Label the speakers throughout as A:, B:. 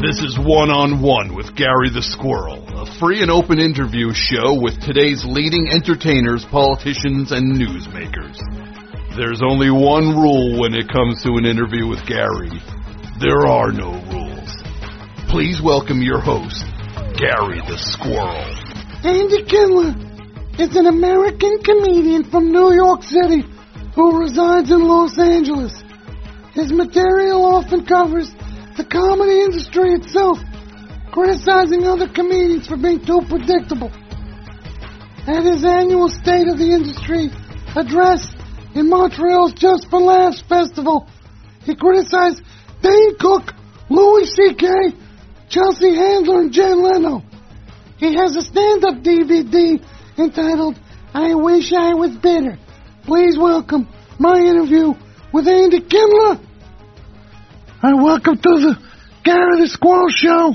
A: This is One on One with Gary the Squirrel, a free and open interview show with today's leading entertainers, politicians, and newsmakers. There's only one rule when it comes to an interview with Gary there are no rules. Please welcome your host, Gary the Squirrel.
B: Andy Kindler is an American comedian from New York City who resides in Los Angeles. His material often covers the comedy industry itself, criticizing other comedians for being too predictable. At his annual State of the Industry address in Montreal's Just for Laughs Festival, he criticized Dane Cook, Louis C.K., Chelsea Handler, and Jay Leno. He has a stand up DVD entitled I Wish I Was Better. Please welcome my interview with Andy Kindler. And welcome to the Gary the Squirrel Show.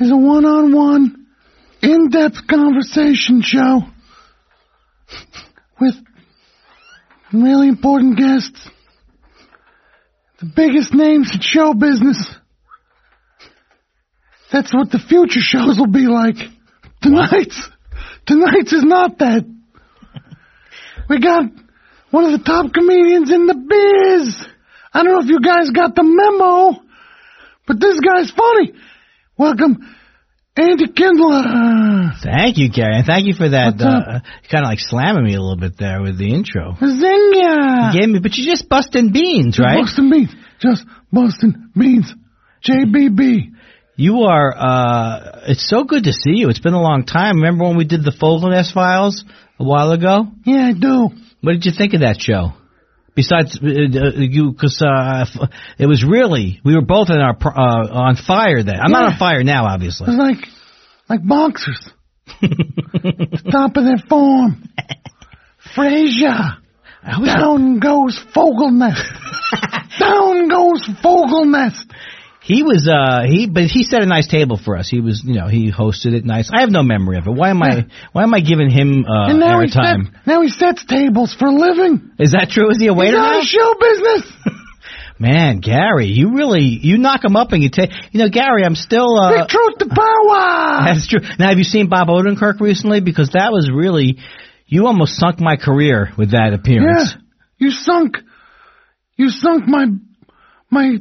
B: It's a one on one, in depth conversation show with really important guests, the biggest names in show business. That's what the future shows will be like. Tonight's tonight's is not that. We got one of the top comedians in the biz. I don't know if you guys got the memo, but this guy's funny. Welcome, Andy Kindler.
C: Thank you, Gary, and thank you for that.
B: What's up?
C: Uh, kind of like slamming me a little bit there with the intro.
B: Zinya.
C: Gave me, but you're just busting beans, right?
B: Boston Beans. Just Boston Beans. JBB.
C: You are. uh It's so good to see you. It's been a long time. Remember when we did the Fogelnest Files a while ago?
B: Yeah, I do.
C: What did you think of that show? Besides uh, uh, you, because uh, f- it was really we were both in our pr- uh, on fire then. I'm not
B: Yeah.
C: on fire now,
B: It's
C: obviously.
B: like, like boxers. the top of their form. Frazier.
C: I was-
B: Down goes Fogelnest. Down goes Fogelnest.
C: He was uh he but he set a nice table for us. He was you know he hosted it nice. I have no memory of it. Why am I why am I giving him uh,
B: and now he,
C: airtime?
B: sets, now he sets tables for a living.
C: Is that true? Is he a
B: He's
C: waiter
B: out
C: now?
B: of show business.
C: Man, Gary, you really you knock him up and you take you know Gary. I'm still uh,
B: Big truth to power.
C: that's true. Now have you seen Bob Odenkirk recently? Because that was really you almost sunk my career with that
B: Yeah,
C: appearance.
B: you sunk, you sunk my, my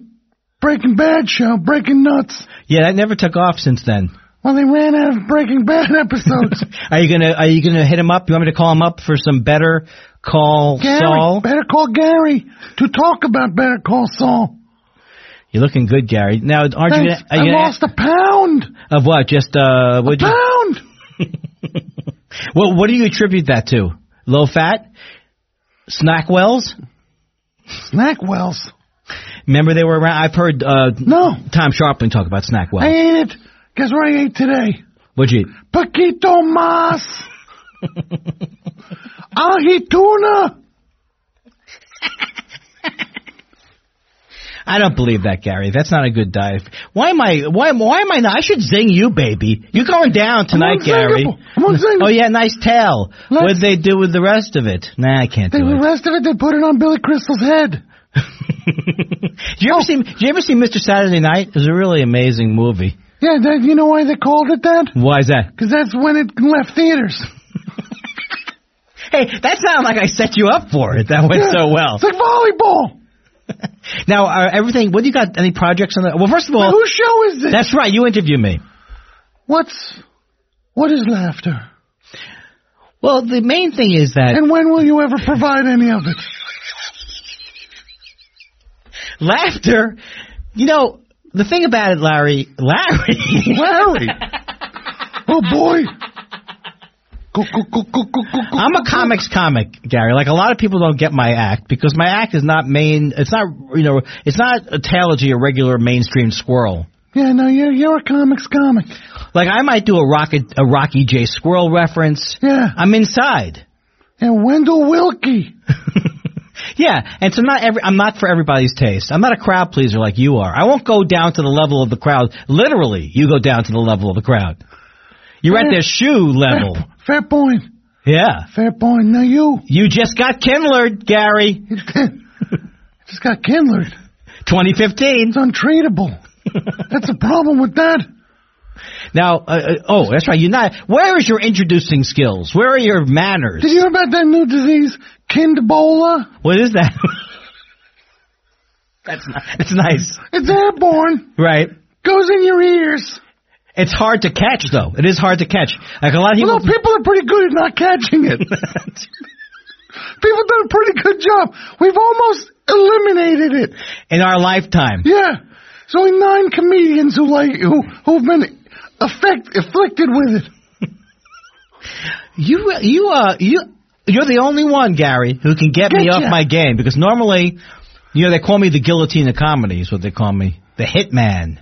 B: Breaking Bad show, Breaking Nuts.
C: Yeah, that never took off since then.
B: Well, they ran out of Breaking Bad episodes.
C: Are you gonna Are you gonna hit him up? You want me to call him up for some better call
B: Gary,
C: Saul?
B: Better Call Gary to talk about Better Call Saul.
C: You're looking good, Gary. Now, aren't you?
B: Thanks.
C: Gonna, are you
B: I
C: gonna-
B: lost a pound.
C: Of what? Just uh, what? You,
B: Pound.
C: what? What do you attribute that to? Low fat, snack wells.
B: Snack Wells.
C: Remember they were around. I've heard uh,
B: No,
C: Tom Sharpling talk about snack
B: I
C: wells.
B: ate it. Guess what I ate today?
C: Would you? eat?
B: Paquito Mas. Ahi tuna.
C: I don't believe that, Gary. That's not a good diet. Why am I? Why am? Why am I not? I should zing you, baby. You're going down tonight, Gary.
B: unzingable. I'm unzingable.
C: Oh yeah, nice tail.
B: Let's-
C: What'd they do with the rest of it? Nah, I can't
B: They,
C: do
B: the
C: it.
B: rest of it, they put it on Billy Crystal's head.
C: Did you ever see? Did you ever see Mr. Saturday Night? It was a really amazing movie.
B: Yeah, that, you know why they called it that?
C: Why is that?
B: Because that's when it left theaters.
C: Hey, that sounded like I set you up for it. That went so well.
B: It's like volleyball.
C: Now, uh, everything. What do you got? Any projects on that? Well, first of all,
B: Whose show is this?
C: that's right. You interview me.
B: What's what is laughter?
C: Well, the main thing is that
B: And when will you ever provide any of it?
C: laughter. You know, the thing about it, Larry. Larry.
B: Larry. Oh boy. Go go go go go go go.
C: I'm a comics comic, Gary. Like a lot of people don't get my act because my act is not main. It's not you know. It's not a tailology, a regular mainstream squirrel.
B: Yeah, no, you're you're a comics comic.
C: Like I might do a rocket, a Rocky J squirrel reference.
B: Yeah.
C: I'm inside.
B: And Wendell Wilkie.
C: Yeah, and so not every. I'm not for everybody's taste. I'm not a crowd pleaser like you are. I won't go down to the level of the crowd. Literally, you go down to the level of the crowd. You're at their shoe level.
B: Fair point.
C: Yeah.
B: Fair point. Now you
C: You just got kindlered, Gary.
B: just got kindlered.
C: 2015.
B: It's untradeable. That's a problem with that.
C: Now, uh, uh, oh, that's right. You're not. Where is your introducing skills? Where are your manners?
B: Did you hear about that new disease, Kindbola?
C: What is that? that's not, that's nice,
B: It's airborne.
C: right?
B: Goes in your ears.
C: It's hard to catch, though. It is hard to catch. Like a lot of people.
B: Although people are pretty good at not catching it. People done a pretty good job. We've almost eliminated it.
C: in our lifetime.
B: Yeah. There's only nine comedians who like who who've been affect, afflicted with it.
C: You you uh you you're the only one, Gary, who can get me off
B: Getcha.
C: my game because normally, you know, they call me the guillotine of comedy is what they call me, the hitman,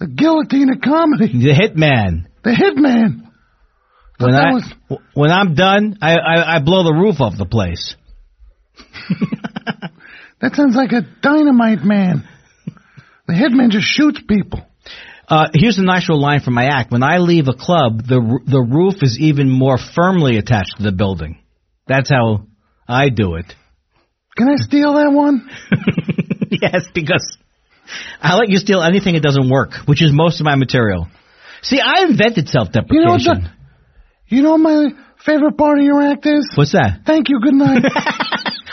B: The guillotine of comedy.
C: the hitman.
B: The hitman.
C: When
B: that
C: I
B: was-
C: w- when I'm done, I, I I blow the roof off the place.
B: That sounds like a dynamite man. The hitman just shoots people.
C: Uh, here's an actual line from my act: When I leave a club, the r- the roof is even more firmly attached to the building. That's how I do it.
B: Can I steal that one?
C: yes, because I let you steal anything that doesn't work, which is most of my material. See, I invented
B: You
C: self-deprecation.
B: know what the, You know what my favorite part of your act is?
C: What's that?
B: Thank you, good night.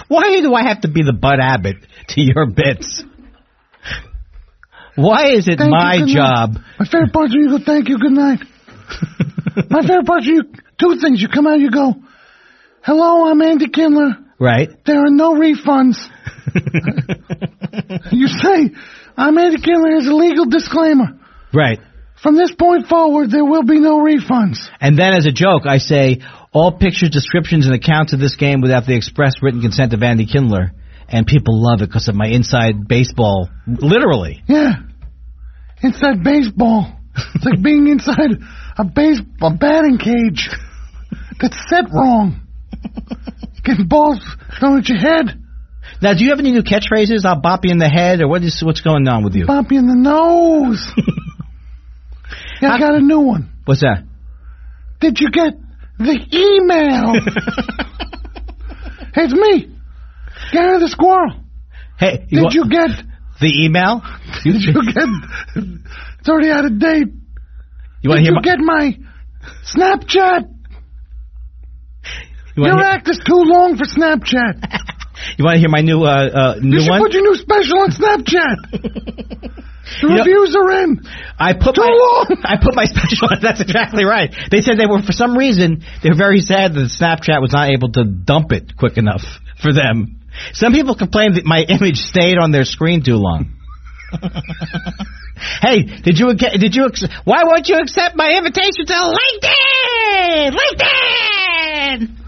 C: Why do I have to be the Bud Abbott to your bits? Why is it
B: Thank you,
C: my
B: good night.
C: job?
B: My favorite part is when you go, thank you, good night. My favorite part is you, two things. You come out, you go, hello, I'm Andy Kindler.
C: Right?
B: There are no refunds. you say, I'm Andy Kindler, here's a legal disclaimer.
C: Right.
B: From this point forward, there will be no refunds.
C: And then as a joke, I say, all pictures, descriptions, and accounts of this game without the express written consent of Andy Kindler. And people love it because of my inside baseball, literally.
B: Yeah. It's that baseball. It's like being inside a base a batting cage that's set wrong. Getting balls thrown at your head,
C: Now, do you have any new catchphrases? I'll bop you in the head, or what is what's going on with you?
B: pop you in the nose. Yeah, I got a new one.
C: What's that?
B: Did you get the email? hey, it's me, Gary the Squirrel.
C: Hey,
B: Did
C: want
B: you get?
C: the email?
B: Did you get? It's already out of date.
C: You
B: Did
C: want to hear
B: you
C: my?
B: get my Snapchat?
C: you
B: Your
C: wanna hear-
B: act is too long for Snapchat.
C: you want to hear my new uh, uh,
B: You
C: new
B: should
C: one?
B: put your new special on Snapchat. the
C: know-
B: reviews are in.
C: I put
B: Too
C: my
B: long.
C: I put my special. That's exactly right. They said they were for some reason they were very sad that Snapchat was not able to dump it quick enough for them. Some people complained that my image stayed on their screen too long. hey, did you ac- did you ac- why won't you accept my invitation to LinkedIn? LinkedIn.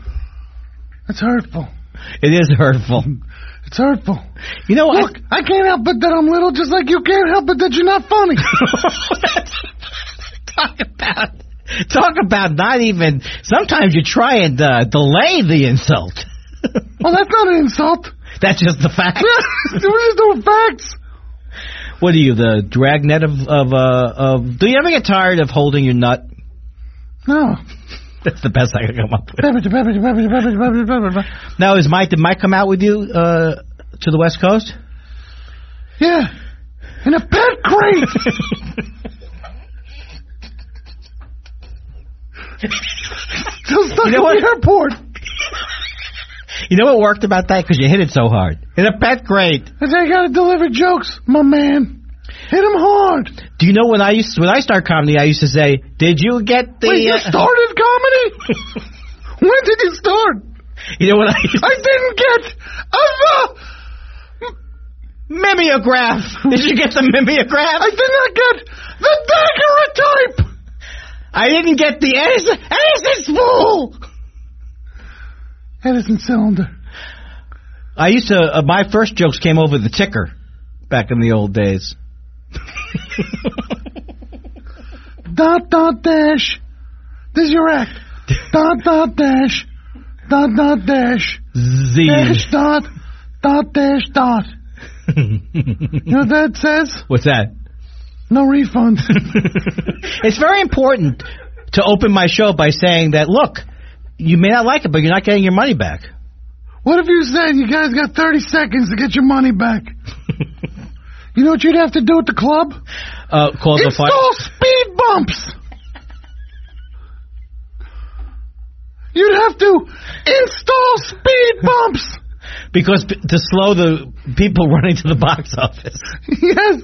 B: It's hurtful.
C: It is hurtful.
B: It's hurtful.
C: You know
B: Look,
C: what?
B: I can't help but that I'm little, just like you can't help but that you're not funny.
C: talk about talk about not even sometimes you try and uh, delay the insult
B: well, Oh, that's not an insult.
C: that's just the fact
B: We're just doing facts.
C: what are you the dragnet of of uh of do you ever get tired of holding your nut
B: No.
C: that's the best i can come up with
B: Yeah.
C: now is mike did mike come out with you uh to the west coast
B: In a pet crate. Still stuck
C: You know
B: at
C: what?
B: the airport.
C: You know what worked about that? Because you hit it so hard. In a pet great.
B: I say I gotta deliver jokes, my man. Hit him hard.
C: Do you know when I used when I start comedy, I used to say, "Did you get the?"
B: Wait, you
C: uh,
B: started comedy? when did you start?
C: you know what I used
B: I didn't get a.
C: mimeograph. Did you get the mimeograph?
B: I did not get the daguerreotype.
C: I didn't get the Edison, Edison spool.
B: Edison cylinder.
C: I used to. Uh, my first jokes came over the ticker, back in the old days.
B: Dot dot dash. This is your act. dot dot dash. Dot dot dash.
C: Z.
B: Dash dot. Dot dash dot. you know what that says?
C: What's that?
B: No refund.
C: It's very important to open my show by saying that. Look, you may not like it, but you're not getting your money back.
B: what if you said you guys got 30 seconds to get your money back? you know what you'd have to do at the club?
C: Uh, call the fire.
B: Install speed bumps. You'd have to install speed bumps.
C: because p- to slow the people running to the box office.
B: yes.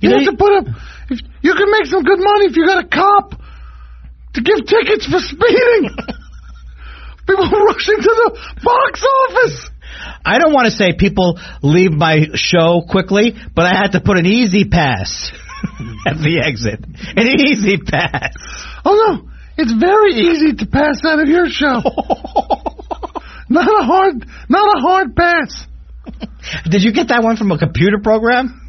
B: You,
C: You know,
B: have
C: you-
B: to put up. If, you can make some good money if you got a cop to give tickets for speeding. People rushing to the box office.
C: I don't want to say people leave my show quickly, but I had to put an easy pass at the exit. An easy pass.
B: Oh no, it's very easy to pass out of your show. not a hard, not a hard pass.
C: Did you get that one from a computer program?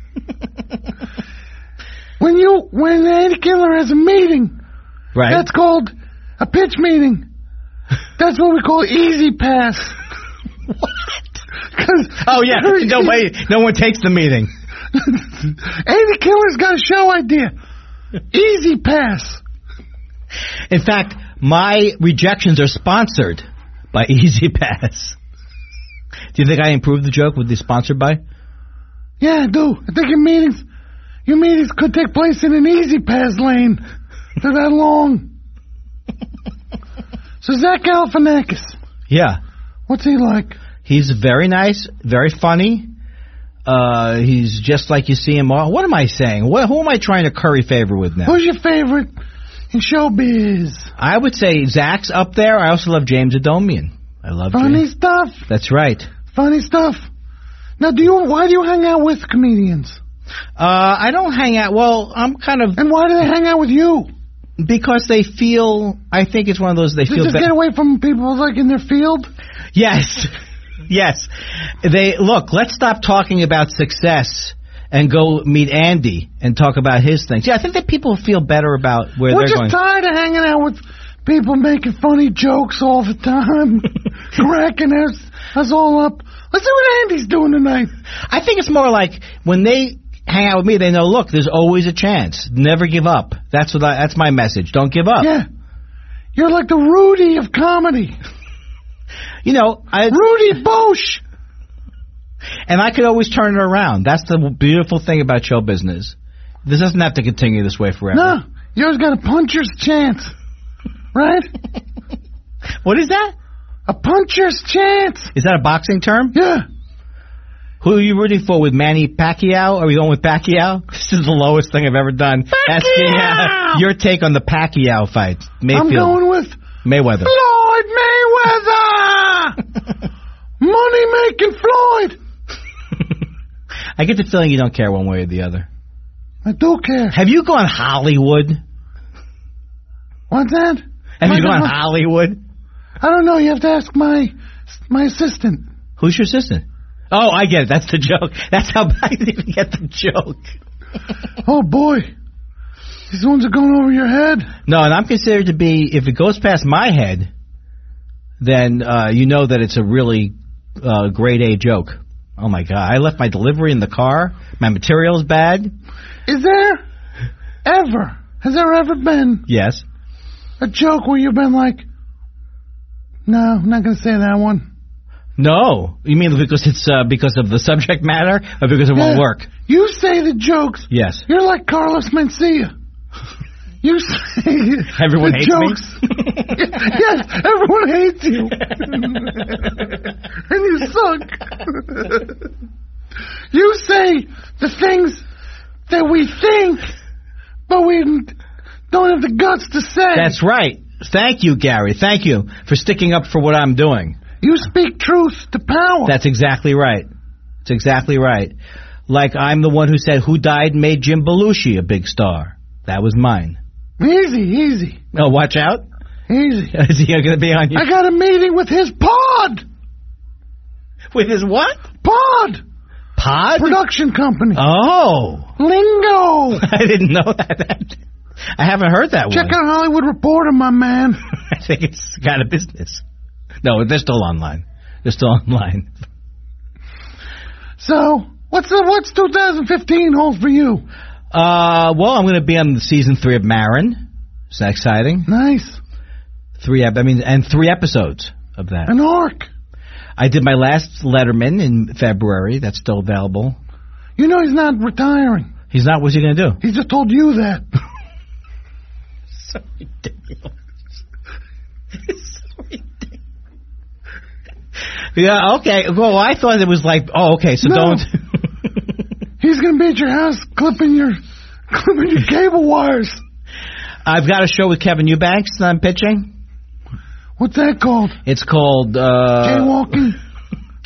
B: When you, when Andy Killer has a meeting,
C: Right.
B: that's called a pitch meeting. That's what we call easy pass. Because
C: oh yeah. No way. No one takes the meeting.
B: Andy Killer's got a show idea. Easy pass.
C: In fact, my rejections are sponsored by Easy Pass. Do you think I improved the joke with the sponsored by?
B: Yeah, I do. I think your meetings, your meetings could take place in an easy pass lane. They're that long. so Zach Galifianakis,
C: Yeah.
B: what's he like?
C: He's very nice, very funny. Uh, he's just like you see him. All. What am I saying? What, who am I trying to curry favor with now?
B: Who's your favorite in showbiz?
C: I would say Zach's up there. I also love James Adomian. I love
B: Funny
C: James.
B: stuff.
C: That's right.
B: Funny stuff. Now, do you? Why do you hang out with comedians?
C: Uh, I don't hang out. Well, I'm kind of
B: And why do they hang out with you? because
C: because they feel. I think it's one of those they
B: they
C: feel.
B: just
C: ba-
B: get away from people like in their field.
C: Yes. Yes. They look, let's stop talking about success and go meet Andy and talk about his things. Yeah, I think that people feel better about where
B: We're
C: they're
B: just
C: going.
B: tired of hanging out with people making funny jokes all the time, cracking us, us all up. Let's see what Andy's doing tonight.
C: I think it's more like when they hang out with me, they know, look, there's always a chance. Never give up. That's what I, that's my message. Don't give up.
B: Yeah. You're like the Rudy of comedy.
C: You know, I
B: Rudy Bosch.
C: and I could always turn it around. That's the beautiful thing about show business. This doesn't have to continue this way forever.
B: No, yours got a puncher's chance. Right?
C: What is that?
B: A puncher's chance.
C: Is that a boxing term?
B: Yeah.
C: Who are you rooting for with Manny Pacquiao? Are we going with Pacquiao? This is the lowest thing I've ever done. Asking uh, your take on the Pacquiao fight, Mayfield
B: I'm going with
C: Mayweather.
B: Floyd Mayweather. Money making Floyd.
C: I get the feeling you don't care one way or the other.
B: I do care.
C: Have you gone Hollywood?
B: What's that?
C: Have
B: Why
C: you gone
B: not?
C: Hollywood?
B: I don't know. You have to ask my my assistant.
C: Who's your assistant? Oh, I get it. That's the joke. That's how I didn't even get the joke.
B: Oh boy, these ones are going over your head.
C: No, and I'm considered to be if it goes past my head, then uh, you know that it's a really uh, grade A joke. Oh my god, I left my delivery in the car. My material's bad.
B: Is there ever has there ever been
C: Yes.
B: a joke where you've been like, "No, I'm not going to say that one."
C: No, you mean because it's uh, because of the subject matter or because it
B: Yeah.
C: won't work?
B: You say the jokes.
C: Yes.
B: You're like Carlos Mencia. You say
C: Everyone
B: the
C: hates
B: jokes.
C: me.
B: yes, everyone hates you. and you suck. you say the things that we think, but we don't have the guts to say.
C: That's right. Thank you, Gary. Thank you for sticking up for what I'm doing.
B: you speak truth to power.
C: That's exactly right. That's exactly right. Like I'm the one who said who died and made Jim Belushi a big star. That was mine.
B: easy, easy,
C: Oh, watch out.
B: easy.
C: Is he going to be on you?
B: I got a meeting with his pod,
C: With his what?
B: pod
C: Pod?
B: production company.
C: Oh.
B: Lingo.
C: I didn't know that. I haven't heard that
B: Check
C: one.
B: out Hollywood Reporter, my man.
C: I think it's got a business. No, they're still online. They're still online.
B: So, what's the, what's 2015 hold for you?
C: Uh, well, I'm going to be on season three of Marin. Is that exciting?
B: Nice.
C: Three, ep- I mean, and three episodes of that.
B: An arc.
C: I did my last Letterman in February. That's still available.
B: You know he's not retiring.
C: He's not. What's he going to do?
B: He just told you that.
C: So ridiculous. It's so ridiculous. Yeah. Okay. Well, I thought it was like, oh, okay. So
B: No.
C: don't.
B: He's gonna be at your house clipping your clipping your cable wires.
C: I've got a show with Kevin Eubanks that I'm pitching.
B: What's that called?
C: It's called uh,
B: Jaywalking.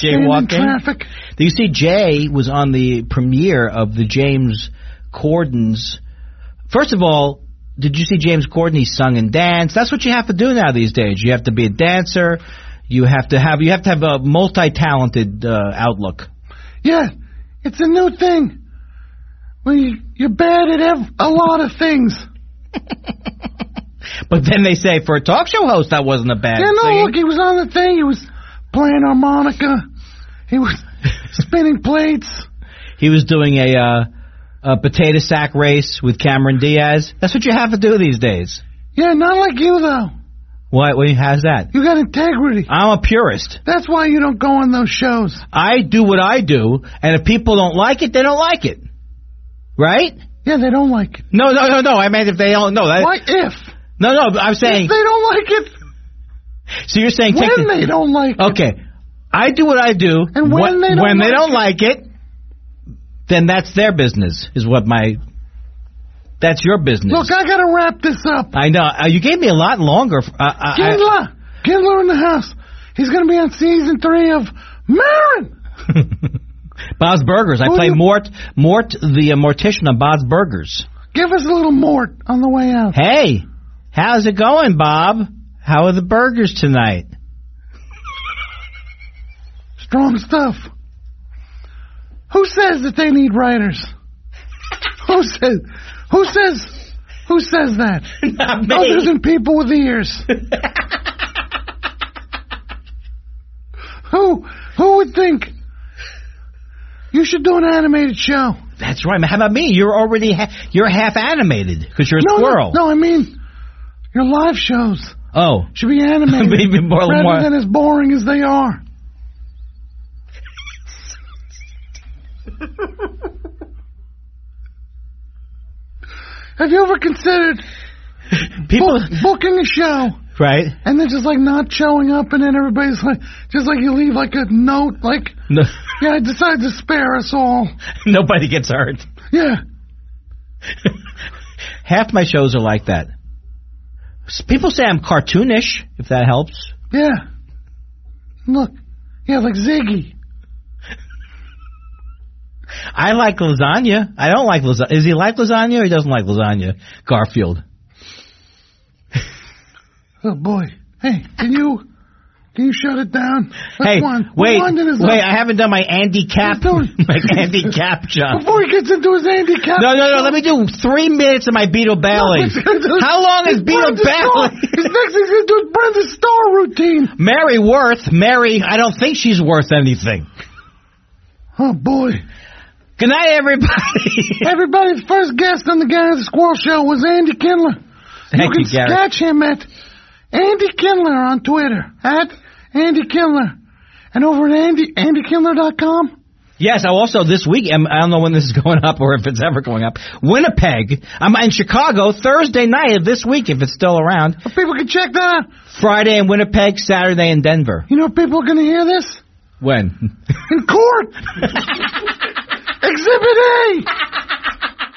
B: Being in
C: Jaywalking.
B: Traffic.
C: You see, Jay was on the premiere of the James Corden's. First of all, did you see James Corden? He sung and danced. That's what you have to do now these days. You have to be a dancer. You have to have you have to have a multi-talented uh, outlook.
B: Yeah, it's a new thing. Well, you, you're bad at ev- a lot of things.
C: But then they say for a talk show host that wasn't a bad
B: Yeah, no,
C: thing.
B: look, he was on the thing. He was playing harmonica. He was spinning plates.
C: He was doing a uh, a potato sack race with Cameron Diaz. That's what you have to do these days.
B: Yeah, not like you though.
C: What? what how's that?
B: You got integrity.
C: I'm a purist.
B: That's why you don't go on those shows.
C: I do what I do, and if people don't like it, they don't like it. Right?
B: Yeah, they don't like it.
C: No, no, no, no. I meant if they don't. No, that,
B: Why if?
C: no, no. I'm saying.
B: If they don't like it,
C: so you're saying take
B: when
C: the-
B: they don't like it.
C: Okay, I do what I do,
B: And when
C: Wh-
B: they don't
C: when they
B: like
C: don't
B: it.
C: like it, then that's their business. Is what my. That's your business.
B: Look, I gotta wrap this up.
C: I know uh, you gave me a lot longer. f- Uh, uh, I,
B: Kindler, Kindler in the house. He's gonna be on season three of Marin.
C: Bob's Burgers. I
B: Who
C: play
B: you-
C: Mort, Mort the uh, mortician on Bob's Burgers.
B: Give us a little mort on the way out.
C: Hey, how's it going, Bob? How are the burgers tonight?
B: Strong stuff. Who says that they need writers? Who says? Who says? Who says that?
C: Not
B: Other than Oh, people with ears. who? Who would think? You should do an animated show.
C: That's right. man. How about me? You're already ha- you're half animated because you're a
B: No,
C: squirrel.
B: no, no. I mean, your live shows
C: Oh,
B: should be animated.
C: Maybe more-
B: rather
C: more-
B: than as boring as they are. Have you ever considered
C: people.
B: book, booking a show
C: Right?
B: and then just like not showing up, and then everybody's like, just like you leave like a note, like,
C: No,
B: yeah, I decided to spare us all.
C: nobody gets hurt.
B: Yeah,
C: Half my shows are like that. S- People say I'm cartoonish. If that helps.
B: yeah. Look, yeah, like Ziggy.
C: I like lasagna. I don't like lasagna. Is he like lasagna or he doesn't like lasagna? Garfield.
B: Oh boy. Hey, can you can you shut it down? That's
C: Hey,
B: one.
C: wait,
B: London is
C: wait!
B: up.
C: I haven't done my Andy Cap,
B: He's doing-
C: my Andy Cap job.
B: Before he gets into his handicap.
C: No, no, no! Let me do three minutes of my Beetle Ballet. How long is Beetle Ballet?
B: His next he's gonna do his Brenda Star routine.
C: Mary Worth, Mary, I don't think she's worth anything.
B: Oh boy.
C: Good night, everybody.
B: Everybody's first guest on the Guy the Squirrel Show was Andy Kindler.
C: Thank
B: you
C: you,
B: can
C: Gary.
B: catch him at Andy Kindler on Twitter. At Andy Kindler. And over at Andy AndyKindler.com.
C: Yes, I also this week, um, I don't know when this is going up or if it's ever going up. Winnipeg, I'm in Chicago Thursday night of this week if it's still around.
B: People can check that out.
C: Friday in Winnipeg, Saturday in Denver.
B: You know, people are going to hear this
C: When?
B: in court. Exhibit A.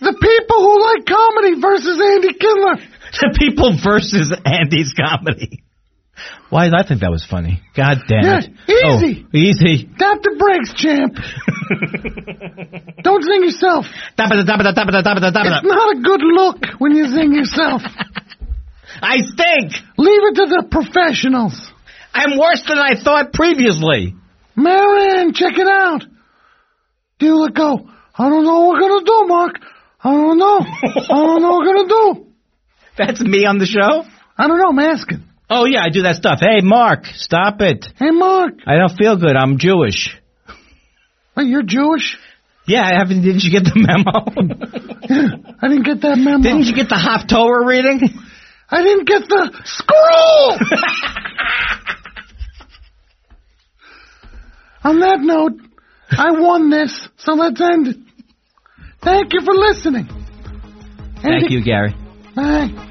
B: The people who like comedy versus Andy Kindler.
C: the people versus Andy's comedy. Why did I think that was funny? God damn it.
B: Yeah, easy.
C: Oh, easy.
B: Tap the brakes, champ. Don't sing yourself.
C: Dabba da dabba da dabba da dabba da dabba
B: It's
C: da.
B: not a good look when you sing yourself.
C: I stink.
B: Leave it to the professionals.
C: I'm worse than I thought previously.
B: Marin, check it out. Dealer go, I don't know what we're going to do, Mark. I don't know. I don't know what we're going to do.
C: That's me on the show?
B: I don't know. I'm asking.
C: Oh, yeah, I do that stuff. Hey, Mark, stop it.
B: Hey, Mark.
C: I don't feel good. I'm Jewish.
B: Wait, you're Jewish?
C: Yeah, I haven't. Didn't you get the memo?
B: I didn't get that memo.
C: didn't you get the Hop Torah reading?
B: I didn't get the scroll. On that note, I won this, so let's end it. Thank you for listening.
C: Thank
B: Andy-
C: you, Gary.
B: Bye.